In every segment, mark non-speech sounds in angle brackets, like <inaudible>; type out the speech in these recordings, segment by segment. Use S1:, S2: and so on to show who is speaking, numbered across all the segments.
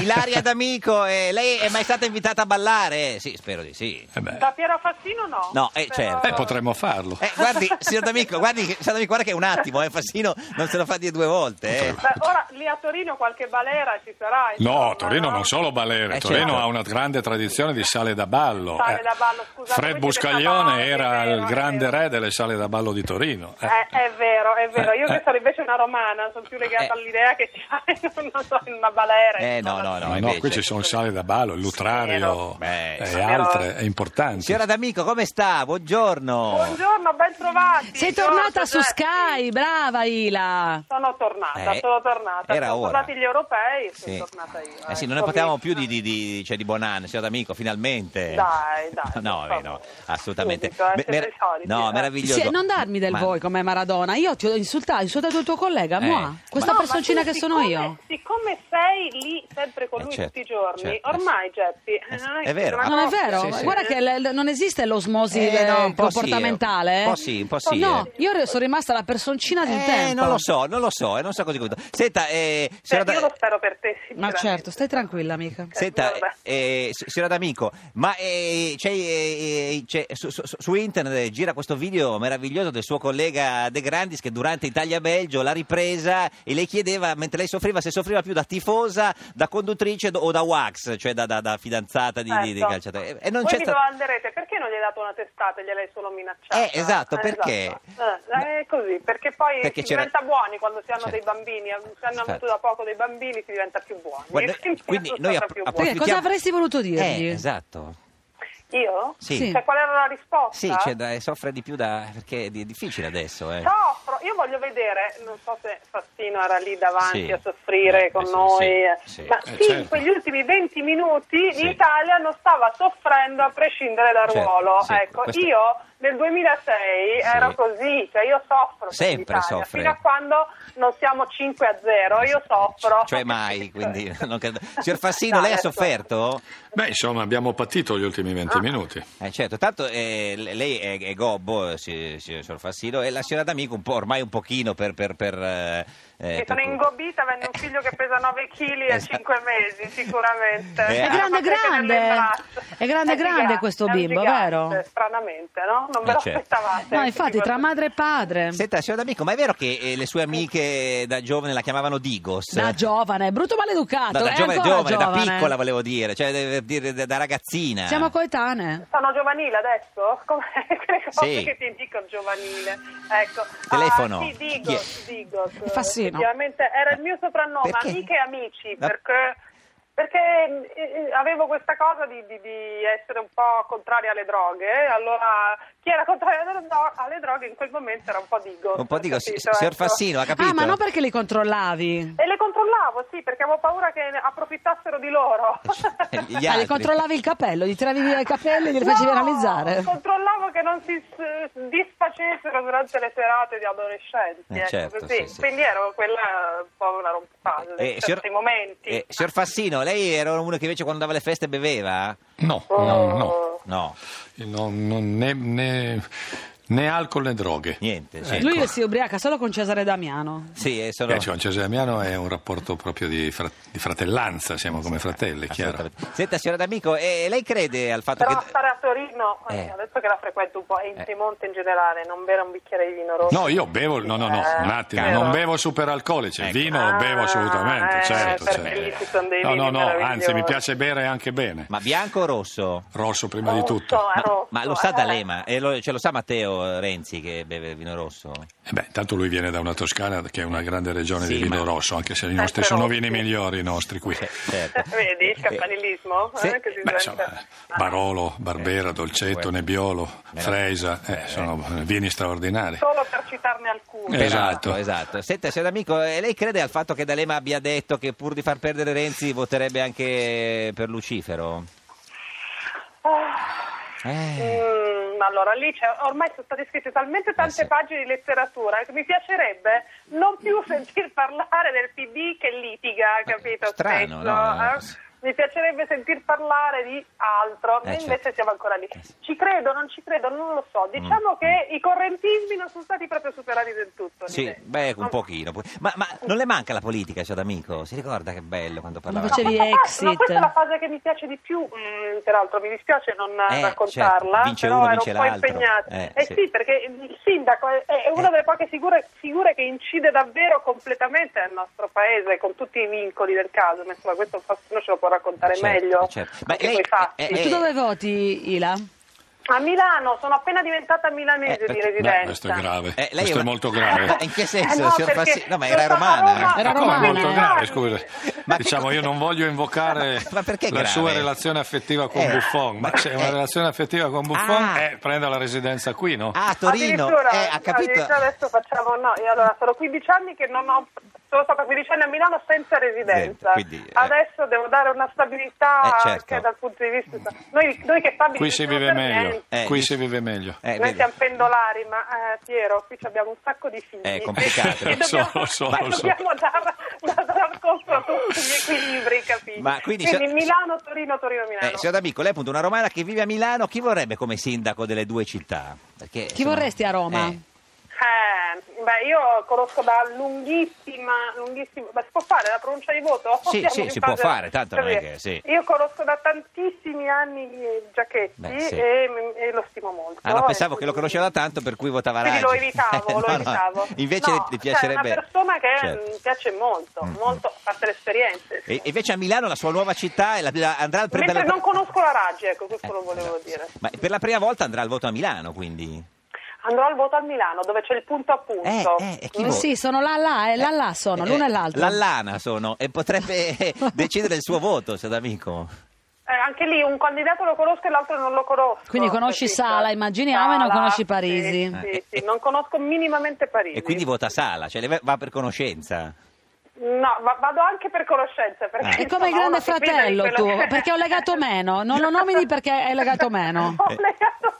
S1: Ilaria D'Amico, eh, lei è mai stata invitata a ballare? Sì, spero di sì.
S2: Eh beh.
S3: Da Piero Fassino no.
S1: No, eh, certo.
S2: Eh, potremmo farlo.
S1: Eh, guardi, signor D'Amico, guardi, che- signor D'Amico, guarda che è un attimo, eh, Fassino non se lo fa dire due volte. Eh.
S3: Beh, ora lì a Torino qualche balera ci sarà.
S2: No,
S3: insomma,
S2: Torino
S3: no?
S2: non solo balere,
S1: Eh,
S2: Torino
S1: certo.
S2: ha una grande tradizione di sale da ballo. Eh,
S3: Sale da ballo, scusate,
S2: Fred
S3: voi siete cavalli,
S2: Buscaglione
S3: è
S2: era
S3: vero,
S2: il
S3: è
S2: grande
S3: vero.
S2: re delle sale da ballo di Torino. eh.
S3: Eh, è vero, è vero. Io
S2: Eh,
S3: che
S2: eh.
S3: sono invece una romana, sono più legata
S1: Eh.
S3: all'idea che <laughs> c'è, non so, in una balera.
S1: Eh,
S3: insomma.
S1: no, no,
S2: Ma no,
S1: invece.
S2: qui ci sono il sale da ballo, il lutrario
S3: Sì,
S1: vero.
S2: e
S1: Beh,
S2: altre, è importante.
S1: Signora D'Amico, come sta? Buongiorno.
S3: Buongiorno, ben trovati.
S4: Sei
S3: Giorgio,
S4: tornata su
S3: Giuseppe.
S4: Sky, brava Ila.
S3: Sono tornata,
S1: Eh,
S3: sono tornata.
S1: era
S3: sono
S1: ora.
S3: tornati gli europei e
S1: Sì.
S3: sono tornata io.
S1: Eh sì, non ne
S3: Ecco,
S1: potevamo
S3: mi-
S1: più di, di, di, cioè, di buon anno, signor D'Amico, finalmente.
S3: Dai, dai,
S1: <laughs> No,
S3: per
S1: eh, no,
S3: favore.
S1: assolutamente.
S3: Subito, eh, siete i soliti,
S1: no,
S3: eh.
S1: meraviglioso.
S4: Sì, non darmi del
S1: Ma-
S4: voi come Maradona. Io ti ho insultato, ho insultato il tuo collega,
S1: Eh,
S4: moi. Questa
S3: No, ma
S4: personcina
S3: tu,
S4: che sono
S3: siccome-
S4: io.
S3: Siccome sei lì sempre con
S1: Eh,
S3: lui
S1: certo,
S3: tutti i giorni,
S1: certo,
S3: ormai Geppi.
S1: Eh,
S3: non
S1: è vero.
S3: una Eh,
S4: Non è
S3: coppia.
S4: vero?
S1: Sì, sì.
S4: Guarda che l- non esiste l'osmosi
S1: Eh, no,
S4: eh,
S1: un po' sì,
S4: comportamentale.
S1: un po'
S4: eh.
S1: sì, un po' sì,
S4: No,
S1: eh.
S4: io re- sono rimasta la personcina del
S1: Eh,
S4: tempo.
S1: non lo so, non lo so, eh, non so così come... Senta, eh,
S3: Beh,
S1: signora
S3: cioè, io
S1: Da-
S3: lo spero per te,
S4: Ma
S3: sicuramente.
S4: certo, stai tranquilla, amica.
S1: Senta,
S3: Vabbè.
S1: eh, s- signora D'Amico, ma eh, c'è, eh, c'è- su, su- su internet gira questo video meraviglioso del suo collega De Grandis che durante Italia-Belgio l'ha ripresa e le chiedeva, mentre lei soffriva, se soffriva più da tifosa, da conduttrice o da wax, cioè da, da- da fidanzata di, di, di
S3: Certo.
S1: calciatore. Eh, E non
S3: Voi
S1: c'è
S3: vi
S1: sta-
S3: domanderete cioè, perché non gli hai dato una testata e gliel'hai solo minacciata?
S1: Eh, esatto, perché?
S3: esatto. Eh, è così, perché poi
S1: Perché
S3: si
S1: c'era-
S3: diventa buoni quando si hanno
S1: Certo.
S3: dei bambini, eh, se hanno
S1: Infatti.
S3: avuto da poco dei bambini si diventa più buoni.
S1: <laughs>
S3: <laughs>
S1: Guarda,
S3: E quindi
S1: quindi
S3: sono
S1: noi
S3: stata
S1: app-
S3: più
S1: approf-
S3: buona.
S4: Perché cosa avresti voluto dirgli?
S1: Eh, esatto.
S3: Io?
S1: Sì.
S4: Sì.
S3: Cioè, qual era la risposta?
S1: Sì, cioè, da- soffre di più da... perché è di- è difficile adesso, eh.
S3: Soffro, io voglio vedere, non so se Fassino era lì davanti
S1: Sì.
S3: a soffrire
S1: Eh,
S3: con
S1: sì,
S3: noi,
S1: sì, sì.
S3: ma
S2: Eh,
S3: sì,
S2: certo.
S3: in quegli ultimi 20 minuti
S1: Sì.
S3: l'Italia non stava soffrendo a prescindere dal
S1: Certo,
S3: ruolo.
S1: sì,
S3: ecco,
S1: questo-
S3: io nel 2006
S1: Sì.
S3: ero così, cioè io soffro per
S1: Sempre
S3: l'Italia,
S1: soffre.
S3: fino a quando non siamo 5 a 0, io soffro.
S1: Cioè mai,
S3: <laughs>
S1: quindi... non credo. Signor Fassino,
S3: Dai,
S1: lei ha
S3: adesso-
S1: sofferto?
S2: Beh, insomma, abbiamo patito gli ultimi
S3: Ah.
S2: 20 minuti.
S1: Eh, certo, tanto eh, l- lei è, è gobbo, eh, si- si- signor Fassino, e la signora D'Amico un po', ormai un pochino per... per, per eh, eh, per
S3: Mi sono
S1: cui- Eh.
S3: ingobita avendo un figlio che pesa 9 kg a
S1: <laughs> Esatto.
S3: 5 mesi, sicuramente.
S1: Eh,
S4: È
S1: ah.
S4: grande,
S3: Ma perché
S4: grande.
S3: nelle braccia?
S4: È grande, grande
S3: gigante,
S4: questo
S3: è un
S4: bimbo,
S3: gigante,
S4: vero?
S3: Stranamente, no? Non ve
S1: Eh,
S3: lo
S1: certo.
S3: aspettavate.
S4: No, infatti, tra madre e padre.
S1: Senta, signora D'Amico, ma è vero che eh, le sue amiche da giovane la chiamavano Digos?
S4: Da giovane, brutto maleducato.
S1: No, da
S4: è
S1: giovane,
S4: ancora
S1: giovane, da
S4: giovane.
S1: piccola volevo dire, cioè eh, dire, da, da ragazzina.
S4: Siamo coetanee.
S3: Sono giovanile adesso? <laughs> Come quelle cose
S1: Sì.
S3: che ti dico giovanile. Ecco.
S1: Telefono.
S3: Ah, sì, Digos, Digos.
S4: Fassino.
S3: Effettivamente era il mio soprannome,
S1: Perché?
S3: amiche e amici,
S1: Ma-
S3: perché... Perché eh, eh, avevo questa cosa di, di- di essere un po' contraria alle droghe, eh, allora chi era contrario alle dro- alle droghe in quel momento era un po' Digos.
S1: Un po' dico, si-
S3: capito?
S1: signor
S3: Ecco.
S1: Fassino, ha capito?
S4: Ah, ma non perché li controllavi.
S3: E le controllavo, sì, perché avevo paura che ne approfittassero di loro.
S1: Eh,
S3: <laughs>
S1: Gli
S4: Ah,
S1: altri.
S4: le controllavi il capello, gli tiravi via i capelli e glieli facevi
S3: No,
S4: analizzare.
S3: Controllavo che non si s- disfacessero durante le serate di adolescenti.
S1: Eh,
S3: ecco,
S1: certo,
S3: così.
S1: sì, sì.
S3: Quindi ero quella un po' una rompata in
S1: Eh,
S3: certi
S1: signor-
S3: momenti.
S1: eh, signor Fassino, lei era uno che invece quando andava alle feste beveva?
S2: No,
S3: Oh.
S2: no, no.
S1: No,
S2: No, no, né, né- né alcol né droghe.
S1: niente. sì.
S2: Eh.
S4: Lui si ubriaca solo con Cesare Damiano.
S1: Sì, eh, sono...
S2: Eh, cioè, con Cesare Miano è un rapporto proprio di, fra- di fratellanza, siamo come fratelli, chiaro.
S1: Assolutamente. Senta, signora D'Amico, eh, lei crede al fatto
S3: Però
S1: che...
S3: stare a Torino,
S1: Eh.
S3: adesso che la frequento un po', e in Piemonte in generale, non bere un bicchiere di vino rosso.
S2: No, io bevo, no, no, no,
S3: Eh,
S2: un attimo,
S3: vero.
S2: non bevo superalcolici, il
S1: Ecco.
S2: vino lo bevo
S3: Ah,
S2: assolutamente,
S3: eh,
S2: certo.
S3: per
S2: certo.
S3: lì ci sono dei
S2: No, no,
S3: vini
S2: no,
S3: meravigliosi.
S2: anzi mi piace bere anche bene.
S1: Ma bianco o rosso?
S2: Rosso prima di
S3: Rosso,
S2: tutto.
S3: eh, rosso,
S1: Ma lo sa
S3: eh.
S1: D'Alema, e lo, ce lo sa Matteo Renzi che beve vino rosso?
S2: Eh beh, intanto lui viene da una Toscana che è una grande regione
S1: Sì,
S2: di vino
S1: ma-
S2: rosso, anche se i
S3: Eh,
S2: nostri
S3: però-
S2: sono vini migliori i nostri qui.
S1: Cioè, certo.
S3: eh, <laughs> Vedi il campanilismo?
S1: Sì.
S3: eh, che si
S2: Beh,
S3: sente.
S2: insomma, Barolo, Barbera, Dolcetto, Nebbiolo, Freisa, eh, sono vini straordinari.
S3: Solo per citarne alcuni.
S1: Esatto,
S2: Esatto.
S1: esatto. Senta, signor D'Amico, eh, lei crede al fatto che D'Alema abbia detto che pur di far perdere Renzi voterebbe anche per Lucifero?
S3: Ah.
S1: Eh,
S3: Mm, allora lì c'è, ormai sono state scritte talmente tante
S1: Eh, sì. Mm.
S3: pagine di letteratura che mi piacerebbe non più sentir parlare del PD che litiga, capito?
S1: strano,
S3: spesso,
S1: no?
S3: eh? mi piacerebbe sentir parlare di altro,
S1: Eh,
S3: noi invece
S1: certo.
S3: siamo ancora lì.
S1: Eh, sì. Mm,
S3: Ci credo, non ci credo, non lo so. Diciamo che i correntismi non sono stati proprio superati del tutto.
S1: Sì,
S3: direi.
S1: beh, un
S3: Non-
S1: pochino. Ma, ma non le manca la politica, cioè, d'amico? Si ricorda che bello quando parlava?
S4: facevi-
S3: No, questa fa-
S4: Exit.
S3: no, questa è la fase che mi piace di più, mm, peraltro mi dispiace non
S1: Eh,
S3: raccontarla,
S1: certo, vince
S3: però
S1: uno,
S3: ero
S1: vince
S3: un po'
S1: l'altro.
S3: impegnata.
S1: Eh,
S3: Eh,
S1: sì.
S3: sì. perché il sindaco è, è una
S1: Eh.
S3: delle poche figure, figure che incide davvero completamente al nostro paese, con tutti i vincoli del caso, ma insomma questo Faustino ce lo può raccontare
S1: Certo,
S3: meglio,
S1: certo. Ma
S3: anche
S1: lei-
S3: coi fatti.
S1: eh,
S4: E tu dove voti, Ila?
S3: A Milano, sono appena diventata milanese
S1: Eh, perché-
S3: di
S1: beh,
S3: residenza.
S2: Questo è grave,
S1: Eh, lei
S2: questo è,
S1: una-
S2: molto grave.
S1: <laughs> In che
S3: Eh
S1: senso,
S3: no,
S1: signor
S3: perché
S1: Fassi- No, ma
S3: sono
S1: era
S3: stata a
S1: romana.
S3: Roma
S4: Era
S3: per
S2: Ma come è
S4: romana,
S2: molto
S4: eh.
S2: grave,
S3: anni.
S2: scusa.
S1: Ma che
S2: diciamo,
S1: cosa-
S2: io non voglio invocare
S1: <laughs> Ma perché è
S2: la
S1: grave?
S2: sua relazione affettiva con
S1: Eh,
S2: Buffon, ma
S1: ma-
S2: c'è una
S1: eh.
S2: relazione affettiva con Buffon
S1: Ah.
S2: eh, prendo la residenza qui, no?
S1: Ah, a Torino,
S3: Addirittura,
S1: eh, ha capito?
S3: addirittura adesso facciamo no, io allora sono 15 anni che non ho sono stata 15 anni a Milano senza residenza.
S1: Sì, quindi, eh.
S3: adesso devo dare una stabilità
S1: Eh, certo.
S3: anche dal punto di vista noi, noi che Fabi
S2: Qui si
S3: non
S2: vive
S3: per
S2: meglio,
S3: niente.
S1: Eh,
S2: qui
S1: io-
S2: si vive meglio.
S1: Eh,
S3: Noi
S1: vedi.
S3: siamo pendolari, ma eh, Piero, qui abbiamo un sacco di figli.
S1: Eh, È complicato.
S3: <laughs> E
S2: Lo so,
S3: dobbiamo-
S2: lo so,
S3: ma <laughs>
S2: lo so.
S3: Dobbiamo dare, dare conto a tutti gli equilibri, capito?
S1: Ma quindi se-
S3: Milano, Torino, Torino, Milano.
S1: Eh, signor D'Amico, lei è appunto una romana che vive a Milano, chi vorrebbe come sindaco delle due città? Perché,
S4: Chi vorresti a Roma?
S1: eh,
S3: Eh, beh, io conosco da lunghissima, lunghissima. Ma si può fare la pronuncia di voto?
S1: Sì,
S3: Siamo
S1: sì,
S3: in
S1: si
S3: fase- Cioè,
S1: può fare, tanto non è che- sì.
S3: Io conosco da tantissimi anni eh, Giachetti
S1: Beh, sì.
S3: e, e lo stimo molto.
S1: Ah, no, pensavo
S3: E
S1: che lo
S3: quindi-
S1: conosceva da tanto, per cui votava
S3: Quindi lo
S1: Raggi. Eh,
S3: evitavo, lo
S1: <laughs> No, no,
S3: evitavo.
S1: Invece
S3: No,
S1: le- le
S3: cioè,
S1: piacerebbe...
S3: è una persona che mm,
S1: Certo. mm.
S3: mi piace molto, molto, a parte le esperienze.
S1: E e invece a Milano, la sua nuova città, è la- la- andrà al pre-
S3: Mentre
S1: per la-
S3: non conosco la Raggi, ecco, questo
S1: Eh,
S3: lo volevo
S1: esatto.
S3: dire.
S1: Ma per la prima volta andrà al voto a Milano, quindi...
S3: Andrò al voto a Milano, dove c'è il punto a punto.
S1: Eh, eh, e chi
S4: Eh
S1: vota?
S4: sì, sono là là, eh, là là sono, l'uno
S1: Eh,
S4: e l'altro.
S1: L'allana sono, e potrebbe
S4: <laughs>
S1: eh, decidere il suo voto, se d'amico.
S3: Eh, anche lì un candidato lo conosco e l'altro non lo conosco.
S4: Quindi conosci
S3: Capito?
S4: Sala, immaginiamo, e non conosci
S3: sì,
S4: Parisi.
S3: Sì,
S1: Eh,
S3: sì,
S1: eh,
S3: non conosco minimamente Parisi.
S1: E quindi vota Sala, cioè le- va per conoscenza.
S3: No, va- vado anche per conoscenza. Perché,
S1: Ah.
S4: Eh. È
S3: insomma,
S4: come il grande
S3: uno si fida di
S4: fratello
S3: quello
S4: tu,
S3: che-
S4: perché ho legato meno. Non
S3: <laughs>
S4: lo nomini perché hai legato meno.
S3: ho
S1: Eh,
S3: legato meno.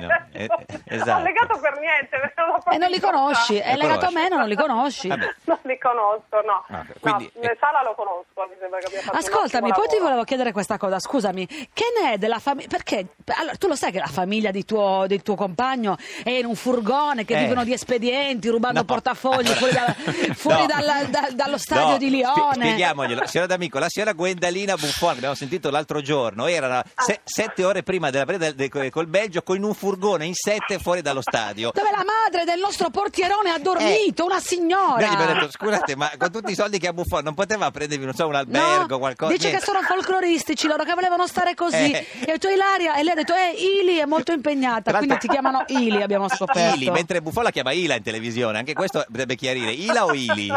S3: <laughs>
S1: meno, eh, eh, esatto.
S3: Ho legato per niente. perché l'ho
S4: E non li
S3: proprio
S4: conosci,
S3: incontrato.
S4: è legato a
S1: Eh, conosci.
S4: me, non li conosci.
S1: Vabbè.
S3: <laughs> Non li conosco, no.
S1: Ah, quindi-
S3: No, Sala lo conosco, mi sembra che abbia fatto un
S4: Ascoltami,
S3: ottimo
S4: poi ti
S3: lavoro.
S4: volevo chiedere questa cosa, scusami, che ne è della famiglia? Perché allora, tu lo sai che la famiglia di tuo, del tuo compagno è in un furgone che
S1: Eh.
S4: vivono di espedienti, rubando
S1: No.
S4: portafogli fuori,
S1: <laughs>
S4: da- fuori
S1: No.
S4: dalla- da- dallo stadio
S1: No,
S4: di
S1: spie-
S4: Lione.
S1: spieghamoglielo, signora D'Amico, la signora Gwendalina Buffon, che abbiamo sentito l'altro giorno, era
S4: Ah.
S1: se- sette ore prima della partita del- del- col Belgio con un furgone in sette fuori dallo stadio.
S4: Dove la madre del nostro portierone ha
S1: Eh.
S4: dormito, una signora.
S1: Noi gli abbiamo detto, scusate, ma con tutti i soldi che ha Buffon non poteva prendervi, non so, un albergo,
S4: No,
S1: qualcosa?
S4: dice
S1: niente.
S4: che sono folcloristici loro che volevano stare così
S1: Eh.
S4: e ho detto Ilaria e lei ha detto eh Ili è molto impegnata
S1: Tra
S4: quindi ti
S1: l'altro-
S4: chiamano Ili abbiamo
S3: Certo.
S4: scoperto
S1: Ili, mentre Buffon la chiama Ila in televisione, anche questo dovrebbe chiarire, Ila o
S3: <laughs>
S1: Ili?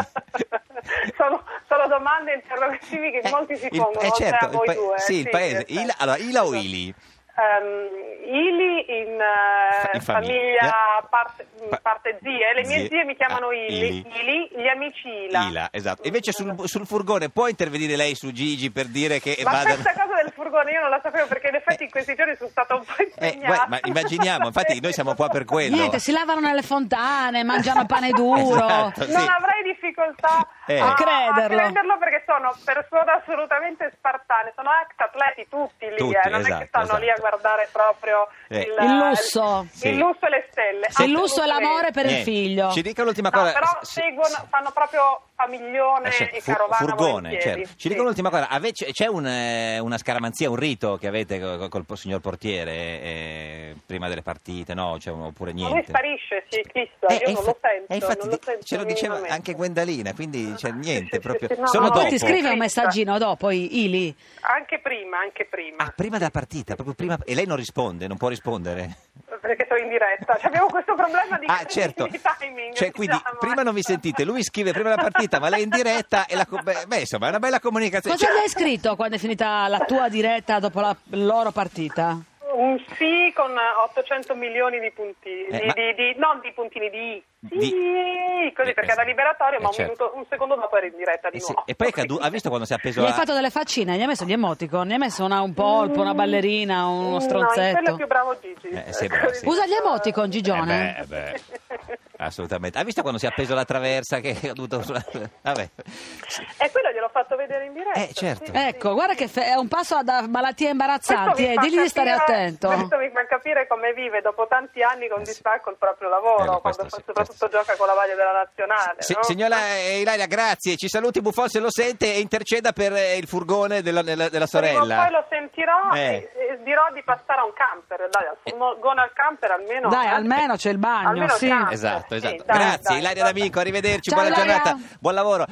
S3: sono, sono domande interrogativi che
S1: Eh,
S3: molti si
S1: il-
S3: pongono,
S1: eh, certo,
S3: oltre a voi
S1: il pa-
S3: due.
S1: sì, il paese.
S3: in
S1: Ila-
S3: effetti.
S1: allora, Ila o Ili?
S3: Ehm, Ili in, eh,
S1: Fa- in famiglia.
S3: famiglia, parte, mm,
S1: Pa-
S3: parte zie, le mie
S1: Zie.
S3: zie, mi chiamano
S1: Ah,
S3: Ili.
S1: Ili.
S3: Ili, gli amici Ila.
S1: Ila, esatto. Invece sul, sul furgone può intervenire lei su Gigi per dire che
S3: Ma
S1: vada...
S3: questa cosa del furgone io non la sapevo perché in effetti in questi giorni sono stata un po'
S1: Eh,
S3: impegnata.
S1: guarda, ma immaginiamo, infatti noi siamo qua per quello.
S4: niente si lavano nelle fontane mangiano pane duro
S1: <laughs> Esatto.
S3: Non
S1: Sì.
S3: avrei difficoltà
S1: Eh.
S3: a,
S1: A
S4: crederlo.
S3: a crederlo perché sono persone assolutamente spartane, sono ex atleti tutti lì,
S1: Tutti,
S3: eh, non è
S1: esatto,
S3: che stanno lì a
S1: esatto.
S3: guardare proprio
S1: Eh.
S3: il,
S4: Il lusso.
S1: Sì.
S3: il lusso e le stelle.
S1: Sì.
S4: il lusso e l'amore per il
S1: Niente.
S4: figlio
S1: Ci dica l'ultima
S3: No,
S1: cosa.
S3: però
S1: s-
S3: seguono, fanno proprio famiglione
S1: eh, sì,
S3: e
S1: fu-
S3: carovana
S1: furgone,
S3: volentieri.
S1: certo. Ci
S3: Sì.
S1: dica l'ultima cosa, ave- c'è c'è un, eh, una scaramanzia, un rito che avete co- col, po- signor portiere eh, prima delle partite, no? Cioè, oppure
S3: Ma lui
S1: niente?
S3: sparisce, si eclissa,
S1: Eh,
S3: io
S1: eh,
S3: non
S1: infa-
S3: lo sento,
S1: eh, infatti
S3: non lo
S1: di-
S3: sento
S1: ce lo diceva
S3: minimamente.
S1: anche Gwendalina,
S3: <laughs>
S1: quindi c'è
S3: sì,
S1: niente
S3: sì,
S1: proprio.
S3: sì, no,
S1: Solo
S4: ma poi
S1: dopo.
S4: ti scrive
S3: Cristo.
S4: un messaggino dopo I- Ili
S3: Anche prima, anche prima.
S1: Ah, prima della partita, proprio prima, e lei non risponde, non può rispondere.
S3: Perché sono in diretta, Cioè, abbiamo questo problema di,
S1: ah, certo.
S3: di timing.
S1: Cioè, quindi
S3: diciamo.
S1: prima non vi sentite, lui scrive prima la partita, ma lei è in diretta e la co- beh, beh, insomma, è una bella comunicazione.
S4: cosa
S1: Cioè,
S4: gli hai scritto quando è finita la tua diretta dopo la loro partita
S3: Un sì con 800 milioni di puntini,
S1: Eh,
S3: di-
S1: ma-
S3: di- di- non di puntini, di sì,
S1: Di-
S3: così perché
S1: Eh,
S3: era liberatorio,
S1: eh,
S3: ma un,
S1: certo.
S3: minuto- un secondo dopo era in diretta di
S1: eh sì,
S3: nuovo.
S1: e poi è cadu- ha visto quando si è appeso
S4: gli hai
S1: la-
S4: fatto delle faccine gli hai messo gli emoticon gli hai messo una- un polpo una ballerina uno
S3: Mm, No, in quello
S4: stronzetto
S3: è più bravo Gigi.
S1: Eh, sembra, sì.
S4: usa gli emoticon Gigione
S1: Eh beh, eh beh, assolutamente. Ha visto quando si è appeso la traversa che è caduto sulla... Vabbè.
S3: E Eh, quello gliel'ho fatto fatto vedere in diretta.
S1: Eh, certo.
S3: sì, sì.
S4: Ecco, guarda che fe- è un passo da malattie
S3: Questo
S4: imbarazzanti,
S3: mi
S4: eh,
S3: fa
S4: digli di stare
S3: capire-
S4: attento.
S3: <laughs> Questo mi fa capire come vive dopo tanti anni con
S1: Eh sì.
S3: distacco il proprio
S1: Eh, no,
S3: lavoro,
S1: questo
S3: quando
S1: sì, questo
S3: soprattutto
S1: sì.
S3: gioca con la maglia della nazionale.
S1: Se-
S3: no?
S1: Signora eh, Ilaria, grazie. Ci saluti Buffon se lo sente e interceda per eh, il furgone della, della- della
S3: Prima o
S1: sorella.
S3: poi lo sentirò
S1: Eh.
S3: e, e dirò di passare a un camper. Dai, al furgone al camper almeno.
S4: Dai,
S3: eh.
S4: almeno c'è il bagno,
S3: Almeno
S4: sì.
S3: camper.
S1: Esatto,
S3: Sì,
S1: esatto.
S3: dai,
S1: grazie
S3: dai,
S1: Ilaria
S3: vabbè.
S1: D'Amico, arrivederci,
S4: Ciao,
S1: buona
S4: Ilaria.
S1: giornata, buon lavoro.